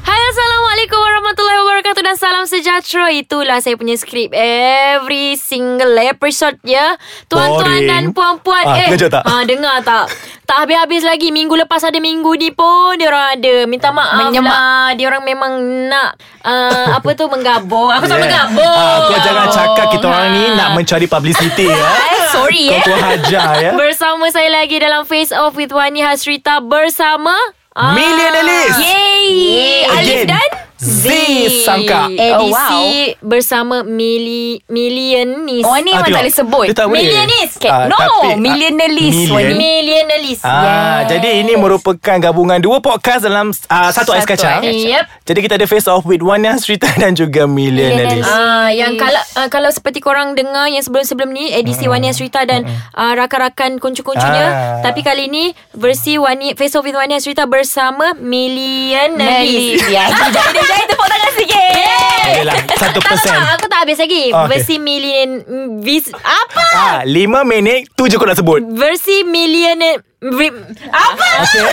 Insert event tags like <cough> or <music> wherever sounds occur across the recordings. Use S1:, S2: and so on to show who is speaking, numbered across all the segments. S1: Hai Assalamualaikum warahmatullahi wabarakatuh Dan salam sejahtera Itulah saya punya skrip Every single episode ya Tuan-tuan
S2: Boring.
S1: dan puan-puan
S2: Ah, terkejut tak?
S1: ah, Dengar tak Tak habis-habis lagi Minggu lepas ada minggu ni pun Diorang ada Minta maaf
S3: Menyemak.
S1: lah Diorang memang nak uh, <laughs> Apa tu Menggabung Aku tak menggabung Ah.
S2: Ah, kau jangan cakap kita orang ni nak mencari publicity ya.
S1: Eh, Sorry
S2: Kau
S1: eh
S2: tu hajar ya.
S1: Bersama saya lagi dalam Face Off with Wani Hasrita Bersama <laughs> ah,
S2: Million Alice.
S1: Yay, Alif
S2: Again.
S1: dan Eh,
S2: Z Ah, sangka.
S1: Edisi
S3: Oh, wow.
S1: bersama Mili, Millionis
S3: Oh, ni
S2: Ah,
S3: memang tak
S2: tengok.
S3: boleh sebut.
S2: Dia tak boleh.
S1: Millionaires.
S3: Okay.
S2: Ah,
S3: no,
S2: tapi-
S3: millionaire list.
S2: Million.
S3: Wani.
S1: Millionaires
S2: Ah, jadi ini merupakan gabungan dua podcast dalam ah, satu ais
S3: Satu
S2: kacang.
S3: ais
S1: kacang. Yep.
S2: Jadi kita ada face off with Wania Srita dan juga Millionaires.
S1: Ah, yang kalau uh, kalau seperti korang dengar yang sebelum-sebelum ni edisi Wani Asrita dan uh, rakan-rakan kuncu-kuncunya
S2: Mm-hmm. Ah.
S1: tapi kali ni versi Wani Face Off with Wani Asrita bersama Millionaires. <laughs>
S3: Ya, jadi jadi tepuk tangan sikit.
S2: Adalah satu
S1: Tak, tak,
S2: persen.
S1: tak. Aku tak habis lagi. Oh,
S2: Oh, okay.
S1: Versi million... mm, Vis, apa?
S2: Ah, lima minit tujuh kau nak sebut.
S1: Versi millionaire... Ri- Apa?
S2: Okay.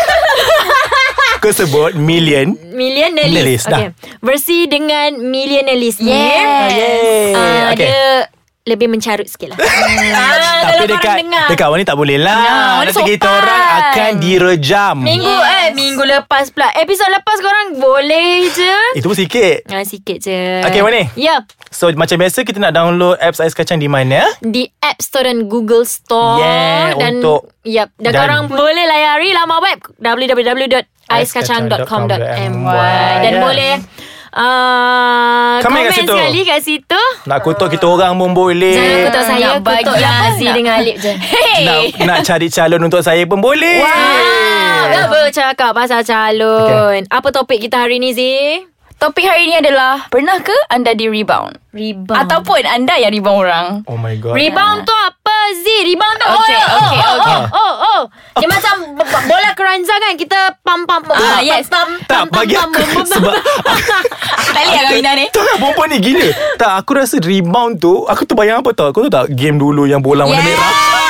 S2: kau sebut million.
S1: Millionaires.
S2: Millionaires,
S1: Okay.
S2: dah.
S1: Versi dengan millionaires ni.
S3: Yes.
S2: Yeay.
S1: Uh,
S2: Okay.
S1: Dia lebih mencarut sikit
S2: <laughs>
S1: lah. ah,
S2: Tapi
S1: kalau
S2: dekat
S1: korang dengar.
S2: dekat Wani tak boleh
S1: Ah,
S2: lah.
S1: Wani
S2: Nanti kita
S1: sopan.
S2: orang akan direjam.
S1: Minggu eh Minggu lepas pula Episod lepas korang Boleh je
S2: Itu pun sikit.
S1: ah, Sikit je
S2: Okay, Wani.
S1: Ya
S2: So macam biasa kita nak download apps Ais Kacang di mana?
S1: Di App Store dan Google Store
S2: Yeah,
S1: dan
S2: untuk-
S1: yep, dan,
S2: dan-
S1: korang boleh layari laman web www.aiskacang.com.my dan
S2: Yeah.
S1: boleh uh,
S2: Comment kat
S1: komen
S2: situ.
S1: sekali kat situ.
S2: Nak kutuk kita orang pun boleh.
S1: Uh, Jangan kutuk
S3: nak
S1: saya,
S3: bagi
S1: kutuk
S3: lah
S1: yang
S3: Z
S1: Z
S3: dengan
S1: dengan Alip <laughs> je. Hey.
S2: Nak, nak cari calon untuk saya pun boleh.
S1: Ha, Ah, bercakap pasal calon. Apa topik kita hari ni, Z?
S3: Topik hari ini adalah pernah ke anda di rebound?
S2: Hmm.
S1: Rebound. Atau
S3: Ataupun anda yang rebound orang?
S2: Oh my god.
S1: Rebound tu apa Z? Rebound tu oh,
S3: Okay, okay,
S1: oh,
S2: okay.
S1: oh, oh, oh, oh. Dia macam <laughs> b- b- bola keranjang kan kita pam pam pam. pam,
S3: Ah, yes.
S1: pam
S2: tak bagi aku sebab
S3: Tak lihat kau Ina ni.
S2: Tak lah perempuan ni gila Tak aku rasa rebound tu Aku terbayang apa tau Kau tahu tak game dulu yang bola warna merah
S1: <laughs>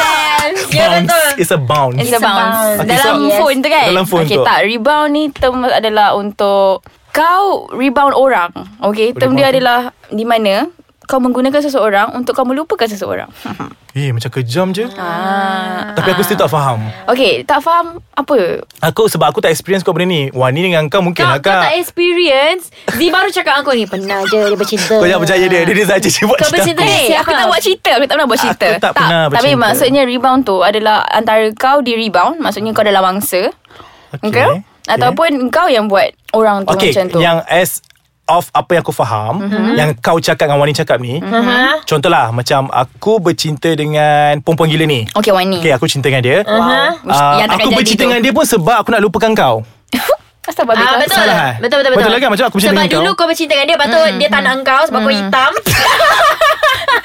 S1: Ya
S2: Bounce
S1: betul.
S2: It's a bounce
S3: It's a bounce.
S2: Okay,
S3: Dalam
S2: so-
S3: phone tu kan?
S2: Dalam phone
S3: okay,
S2: tu.
S3: tak. Rebound ni term adalah untuk kau rebound orang. Okay, term dia
S2: Rebound.
S3: adalah di mana kau menggunakan seseorang untuk kau melupakan
S2: <laughs>
S3: seseorang.
S2: Eh macam kejam je
S3: Ah.
S2: Tapi aku still tak faham
S3: Okay, tak faham apa?
S2: Aku sebab aku tak experience kau benda ni Wah ni dengan kau mungkin
S1: Kau,
S2: lah
S1: kau tak
S2: kak
S1: experience Z baru cakap aku ni Pernah je dia bercinta
S2: Kau jangan percaya dia Dia ni saja buat
S1: Kau
S2: cerita
S1: bercinta
S2: aku.
S1: ni?
S3: Hey, aku
S1: Siapa?
S3: tak buat cerita Aku tak pernah buat
S2: Aku
S3: cerita
S2: tak pernah
S3: Tapi
S2: bercerita.
S3: maksudnya rebound tu Adalah antara kau di rebound Maksudnya kau dalam mangsa
S2: Okay,
S3: Okay, okay.
S2: okay.
S3: Ataupun kau yang buat Orang tu
S2: Okay
S3: macam tu
S2: Yang as Of apa yang aku faham mm-hmm. Yang kau cakap dengan Wani cakap ni mm-hmm.
S1: Ha?
S2: Contohlah Macam aku bercinta dengan Perempuan gila ni
S3: Okay Wani
S2: Okay aku cinta dengan dia
S1: Aha.
S3: Wow.
S2: Uh,
S3: Yang takkan
S2: aku
S3: jadi
S2: bercinta
S3: tu.
S2: dengan dia pun sebab aku nak lupakan kau.
S3: Asal babi
S1: Ah,
S3: kau <laughs>
S1: betul.
S2: Salah, eh?
S1: betul betul betul.
S2: Betul lah kan? Macam aku bercinta
S1: Sebab
S2: dengan
S1: dulu
S2: kau. Hmm,
S1: kau bercinta dengan dia, lepas tu dia tak nak engkau sebab kau
S2: <laughs>
S1: hitam.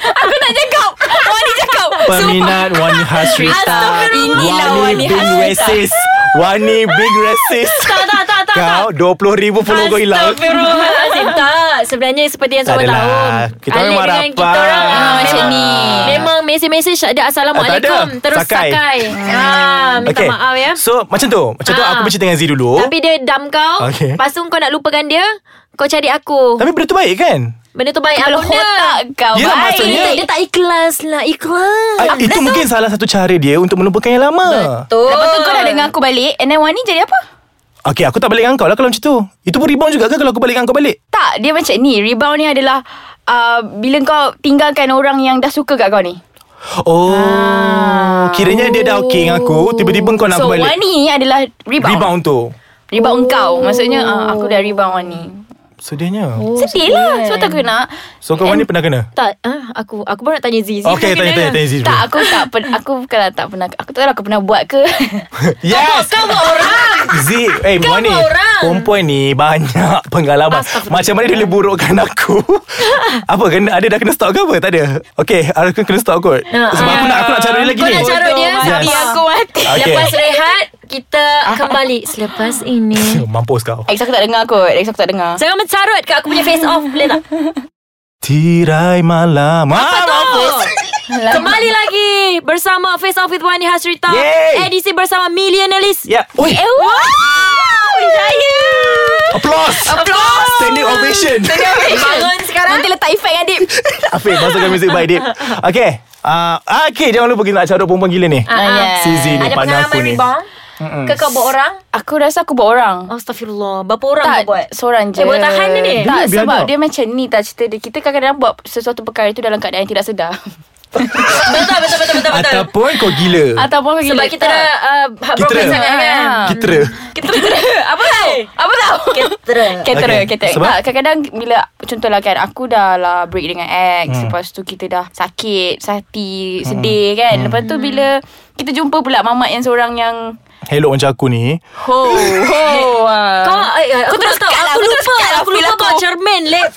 S3: Aku nak cakap Wani cakap
S2: Peminat Wani Hasrita.
S3: Inilah Wani
S2: Wani big
S3: Hasrita
S2: racist. Wani big racist.
S1: tak tak tak tak.
S2: Kau 20,000 follow kau hilang.
S1: Astagfirullahalazim Tak Sebenarnya seperti yang semua
S2: Tak adalah.
S1: tahu
S2: Kita orang memang
S1: dengan kita
S2: rapat.
S1: orang
S3: Ah,
S1: ah,
S3: macam
S1: memang-
S3: ni.
S1: Memang mesej-mesej Ada Assalamualaikum
S2: Ah, tak ada.
S1: Terus
S2: Sakai. Hmm.
S1: sakai, Ah, Minta
S2: Okay.
S1: maaf ya
S2: So macam tu. Macam tu
S1: Ah.
S2: aku bercinta dengan Z dulu.
S1: Tapi dia dam kau
S2: Okay.
S1: Lepas tu kau nak lupakan dia Kau cari aku
S2: Tapi benda tu baik kan?
S1: Benda tu baik
S3: Kalau
S1: aku Ya,
S3: otak
S2: Yelah,
S3: kau baik.
S1: dia,
S2: maksudnya-
S1: tak- dia tak ikhlas lah Ikhlas
S2: Ah, itu mungkin salah satu cara dia untuk melupakan yang lama.
S1: Betul
S3: Lepas tu kau dah dengar aku balik And then Wani jadi apa?
S2: Okay, aku tak balik dengan kau lah kalau macam tu. Itu pun rebound juga ke kalau aku balik dengan kau balik?
S3: Tak Dia macam ni Rebound ni adalah uh, Bila kau tinggalkan orang yang dah suka kat kau ni
S2: Oh,
S1: Ah.
S2: kiranya dia dah okay
S1: Oh.
S2: dengan aku. Tiba-tiba kau nak
S3: So
S2: aku balik.
S3: Wani ni adalah rebound
S2: Rebound tu.
S3: Rebound oh. kau Maksudnya uh, aku dah rebound Wani
S2: Sedianya.
S3: oh, Sedih lah Sebab tak aku nak
S2: So kau Wani pernah kena?
S1: Tak ah, Aku aku baru nak tanya Zizi
S2: Okay, tanya, tanya, tanya Ziz
S3: Tak aku tak pen, Aku bukanlah tak pernah Aku tak tahu lah aku pernah buat <laughs> ke
S2: Yes
S1: Kau buat orang
S2: Z Eh
S1: Kau
S2: Wani
S1: orang.
S2: Perempuan ni Banyak pengalaman
S1: Astagfirullah.
S2: Macam mana dia boleh burukkan
S1: <laughs>
S2: aku Apa kena, Ada dah kena stop ke apa Tak ada Okay Aku kena stop kot Sebab aku nak Aku nak cara dia lagi
S1: Ah. Kau
S2: ni
S1: nak cara dia
S3: Bodoh,
S1: Tapi
S2: Yes.
S1: aku mati
S2: Okay.
S1: Lepas rehat Kita
S2: Ah.
S1: kembali Selepas ini
S2: Mampus kau
S3: Ex aku tak dengar kot Ex aku tak dengar
S1: Jangan mencarut kat aku punya face off Boleh tak?
S2: Tirai malam Apa
S1: tu?
S2: Ah, Mampus
S1: Kembali lagi bersama Face Off with Wani Hasrita.
S2: Yay!
S1: Edisi bersama Millionaires.
S2: Ya. Oi.
S3: Eh, wow! Saya!
S2: Applause.
S3: Applause.
S2: Standing ovation. <laughs>
S3: Bangun
S1: Ah,
S3: sekarang. Nanti letak efek kan, Dip?
S2: Afiq masukkan music by Dip. Okay. Uh, okay, jangan lupa kita nak cara perempuan gila ni.
S1: ya.
S3: Ah, yes.
S2: Sizi ya. ni, partner aku ni.
S1: rebound? Ke kau buat orang?
S3: Aku rasa aku buat orang.
S1: Astagfirullah. Berapa orang
S3: tak,
S1: kau Oh, buat?
S3: seorang je.
S1: Eh, buat tahan dia ni.
S3: Tak,
S2: Dia biar
S3: sebab
S2: tak.
S3: dia macam ni tak cerita dia. Kita kadang-kadang buat sesuatu perkara itu dalam keadaan tidak sedar.
S1: betul, betul, betul, betul, betul.
S2: Ataupun kau gila.
S3: Ataupun pergi
S1: Sebab kita dah uh, heartbroken
S2: Kita-
S1: sangat kan.
S2: Kitera.
S1: Kita apa tau?
S3: ah. Apa tau? <laughs>
S1: Ketera.
S3: Ketera,
S2: Okay,
S3: okay. ketera.
S2: sebab?
S3: Tak, Ah, kadang-kadang bila contohlah kan aku dah lah break dengan ex, hmm. lepas tu kita dah sakit, hati,
S2: Hmm.
S3: sedih kan. Lepas tu bila kita jumpa pula mamat yang seorang yang
S2: Hello macam aku ni.
S3: ho <laughs> ho. ah.
S1: Kau eh, eh,
S3: Kau
S1: aku
S3: terus
S1: tak tahu
S3: cut lah,
S1: aku
S3: kau terus
S1: lupa
S3: cut lah
S1: aku
S3: feel
S1: lupa
S3: aku.
S1: kau cermin lip.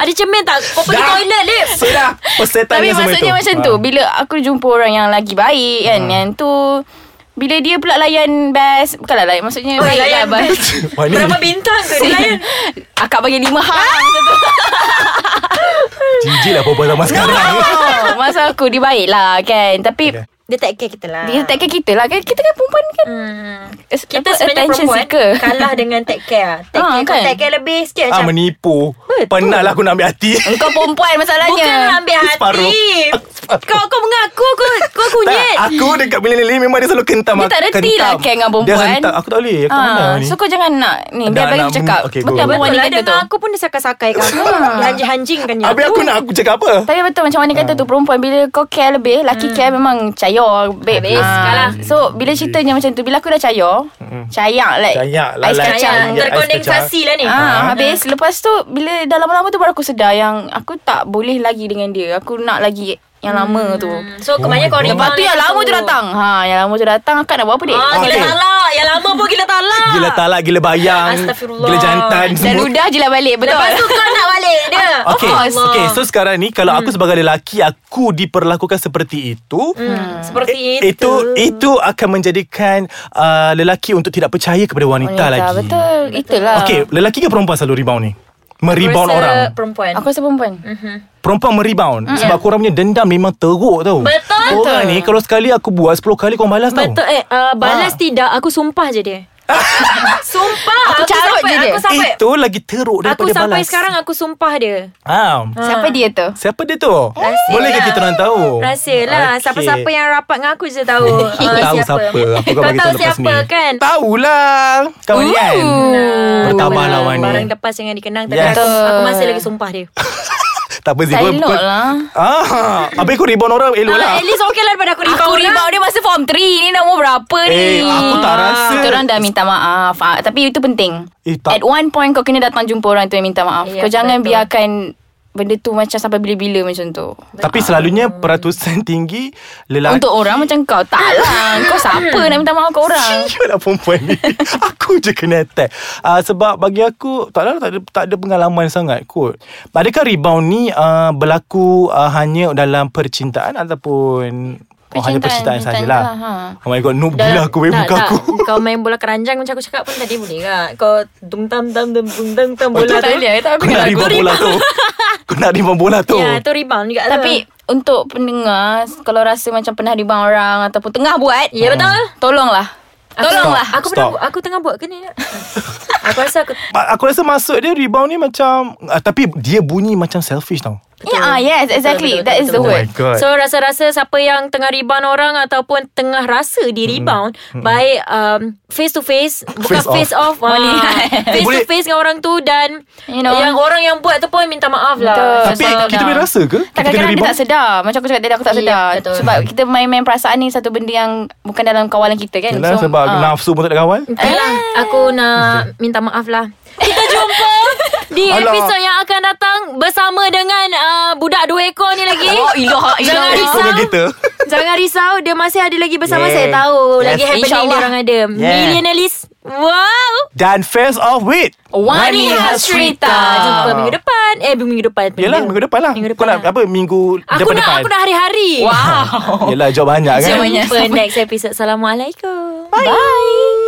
S1: Ada cermin tak? Kau pergi
S2: Dah.
S1: toilet lip.
S2: Sudah. Persetan
S3: Tapi
S2: yang sama
S3: maksudnya
S2: itu. Ah.
S3: macam tu Bila aku jumpa orang yang lagi baik kan Yang tu Bila dia pula layan best Bukanlah layan Maksudnya
S1: Oh,
S3: baik
S1: layan
S3: lah,
S1: best.
S2: <laughs> Wah, ni <laughs>
S1: Berapa bintang tu dia layan?
S3: <laughs> Akak bagi lima hal
S2: jijik lah perempuan zaman sekarang. Ah.
S3: oh, Masa aku dia baik lah kan Tapi
S2: Ada.
S1: Dia tak care kita lah.
S3: Dia take care kita lah kan Kita kan perempuan kan
S1: Hmm.
S3: As-
S1: Kita sebenarnya
S3: apa, attention
S1: perempuan
S3: seeker.
S1: kalah dengan take care. Take
S3: Ah,
S1: care kau
S3: kan?
S1: take care lebih sikit
S2: Ah,
S1: macam.
S2: menipu.
S1: Betul.
S2: Penat lah aku nak ambil hati.
S3: <laughs> Kau perempuan masalahnya
S1: Bukan lah. ambil hati.
S2: Separuh.
S1: <laughs> Kau kau mengaku kau kau kunyit.
S2: Tak, aku dekat millennial ni memang dia selalu kentam.
S3: Dia tak
S2: aku-
S3: reti lah
S2: kentam.
S3: care dengan
S2: Dia
S3: perempuan
S2: hentam. Aku tak boleh. Aku tak
S3: Ah,
S2: mana lah ni.
S3: So kau jangan nak Ni
S2: Dah
S3: biar bagi
S2: nak
S3: aku cakap
S2: mem- okay, go,
S3: Betul Ah.
S2: go,
S3: apa
S2: go.
S3: Wani
S1: Betul lah
S3: kata tu
S1: dengan aku pun dia sakai-sakai kan. Dia hanjing-hanjingkan je
S2: Habis aku nak aku cakap apa?
S3: Tapi betul macam mana
S2: Ah.
S3: kata tu Perempuan bila kau care lebih Laki care memang cayor Babe Ah.
S1: Habis, Hmm. Ah, kalah.
S3: So bila ceritanya macam tu Bila aku dah cayor Cayak like
S2: Hmm. Cayak lah,
S3: Ais
S2: like
S3: kacang
S2: cayak. Ais
S1: Terkondensasi lah ni.
S3: Ah, habis lepas tu bila dah lama-lama tu baru aku sedar yang aku tak boleh lagi dengan dia. Aku nak lagi yang
S1: Hmm.
S3: lama tu.
S1: So kemarin
S2: Oh my
S1: kau
S2: God.
S3: Lepas
S1: rebound
S3: tu yang
S1: lagi
S3: lama tu datang. Ha, yang lama tu datang akak nak buat apa dek?
S1: Ah, gila
S2: Okay.
S1: talak. Yang lama pun gila talak.
S2: Gila talak, gila bayang
S1: Astagfirullah.
S2: Gila jantan
S3: Dan
S2: semua.
S3: ludah je lah balik betul.
S1: Lepas tu kau nak balik dia. Hmm, Of
S2: Okay,
S1: course.
S2: okay, so sekarang ni Kalau aku sebagai lelaki Aku diperlakukan seperti itu
S1: Hmm, Seperti
S2: i-
S1: itu.
S2: itu itu akan menjadikan uh, lelaki untuk tidak percaya kepada wanita,
S3: Wanita,
S2: lagi.
S3: Betul. Itulah.
S2: Okey, lelaki ke perempuan selalu rebound ni? Merebound
S1: Rasa
S2: orang.
S1: Perempuan.
S3: Aku rasa perempuan.
S1: Hmm.
S2: Perempuan merebound mm. sebab korang punya dendam memang teruk tau.
S1: Betul.
S2: Korang ni kalau sekali aku buat 10 kali kau balas tau.
S1: Betul eh uh, balas
S2: Ah.
S1: tidak aku sumpah je
S2: <laughs>
S1: dia. sumpah
S3: Aku carut
S1: sampai,
S3: je dia.
S1: Aku sampai
S2: Itu lagi teruk Eh, daripada
S1: aku
S2: balas.
S1: sampai sekarang aku sumpah dia.
S2: Ah.
S3: Siapa dia tu?
S2: Siapa dia tu?
S1: Rahsia
S2: Boleh ke
S1: lah.
S2: kita orang tahu?
S1: Rahsia lah
S2: Oh, Okey.
S1: Siapa-siapa yang rapat dengan aku je tahu uh,
S2: Aku <laughs> tahu siapa. Apa
S1: tahu
S2: kau bagi tahu lepas
S1: siapa
S2: ni?
S1: kan
S2: Tahulah. Kawan ni kan? Bertabahlah Wan ni.
S1: Barang lepas jangan dikenang Tapi
S2: Yes.
S1: aku, aku masih lagi sumpah
S2: <laughs>
S1: dia
S2: tak apa Zee.
S3: Tak
S2: kau-
S3: elok
S2: kau-
S3: lah.
S2: Ah, habis kau rebound orang
S1: Ah,
S2: elok lah.
S1: At least okay lah daripada aku rebound
S3: Aku
S1: orang.
S3: rebound dia masa form 3 Ni nombor berapa
S2: Eh,
S3: ni
S2: aku tak rasa.
S3: Kita orang dah minta maaf ah, Tapi itu penting
S2: Eh, tak-
S3: At one point kau kena datang jumpa orang tu yang minta maaf
S1: Ya,
S3: Kau jangan
S1: betul.
S3: biarkan Benda tu macam sampai bila-bila macam tu
S2: Tapi selalunya peratusan tinggi lelaki.
S3: Untuk orang macam kau Tak lah Kau siapa nak minta maaf kat orang
S2: Sialah perempuan ni <laughs> Aku je kena attack uh, Sebab bagi aku Tak lah tak ada, tak ada pengalaman sangat kot Adakah rebound ni uh, Berlaku uh, hanya dalam percintaan Ataupun Oh, hanya
S3: Percintaan,
S2: percintaan sajalah
S3: percintaan je lah,
S2: Oh my god Noob gila aku weh
S1: Tak,
S2: muka
S1: tak.
S2: aku <laughs>
S1: Kau main bola keranjang Macam aku cakap pun tadi boleh tak Kau dung tam tam dum dung tam tam bola
S3: Tak
S1: tu
S3: boleh Tak
S2: Kau nak
S3: boleh
S2: rebound bola tu <laughs> Kau nak rebound bola tu
S1: Ya tu rebound juga tu.
S3: Tapi untuk pendengar Kalau rasa macam pernah rebound orang Ataupun tengah buat
S1: Ya betul
S3: Tolonglah
S1: Aku-
S3: Tolonglah
S1: Aku pernah
S2: Stop.
S1: buat- Aku tengah buat ke ni Aku rasa aku
S2: Ma- Aku rasa maksud dia rebound ni macam uh, Tapi dia bunyi macam selfish tau Oh
S3: Yeah, ah, yes,
S1: Betul,
S3: exactly.
S1: betul,
S3: That is
S1: betul,
S3: the
S1: betul.
S3: word.
S2: God
S1: So rasa-rasa siapa yang tengah rebound orang ataupun tengah rasa di rebound baik um, face to face bukan
S2: Hmm.
S1: face
S2: Face off.
S1: off,
S3: Oh, ni.
S1: ah, face to
S2: Boleh.
S1: face dengan orang tu dan
S3: You know.
S1: yang orang yang buat tu pun minta maaf lah.
S2: Tapi kita boleh rasa ke? Kita
S3: Tak
S2: kena
S3: kadang-kadang aku
S2: rebound?
S3: tak sedar Macam aku cakap tadi Aku tak
S1: Ya,
S3: sedar
S1: betul.
S3: Sebab kita main-main perasaan ni Satu benda yang Bukan dalam kawalan kita kan
S2: Yalah, sebab
S3: ah.
S2: nafsu pun tak ada kawan
S1: Okay lah, aku
S3: Eh.
S1: nak minta maaf lah.
S3: <laughs>
S1: Kita jumpa di
S2: Alah.
S1: episod yang akan datang bersama dengan uh, budak dua ekor ni lagi.
S3: Oh ilah
S1: Jangan
S3: ilah
S1: risau.
S2: Kau kita
S1: Jangan risau Dia masih ada lagi bersama yeah. Saya
S2: Yeah.
S1: tahu
S2: Yes.
S1: Lagi happening
S3: InsyaAllah.
S1: dia orang ada yeah. Millionaires Wow
S2: Dan Face Off with
S3: Wani
S1: Kita
S3: Hasrita
S1: jumpa minggu depan Eh minggu depan
S2: Yelah minggu depan lah
S1: Minggu
S2: Kau
S1: depan
S2: nak
S1: lah.
S2: apa Minggu
S1: Aku
S2: depan
S1: nak
S2: depan
S1: Aku nak hari-hari
S3: Wow
S2: Yelah job banyak kan
S3: Job
S1: Jumpa
S3: banyak.
S1: next episode Assalamualaikum
S3: Bye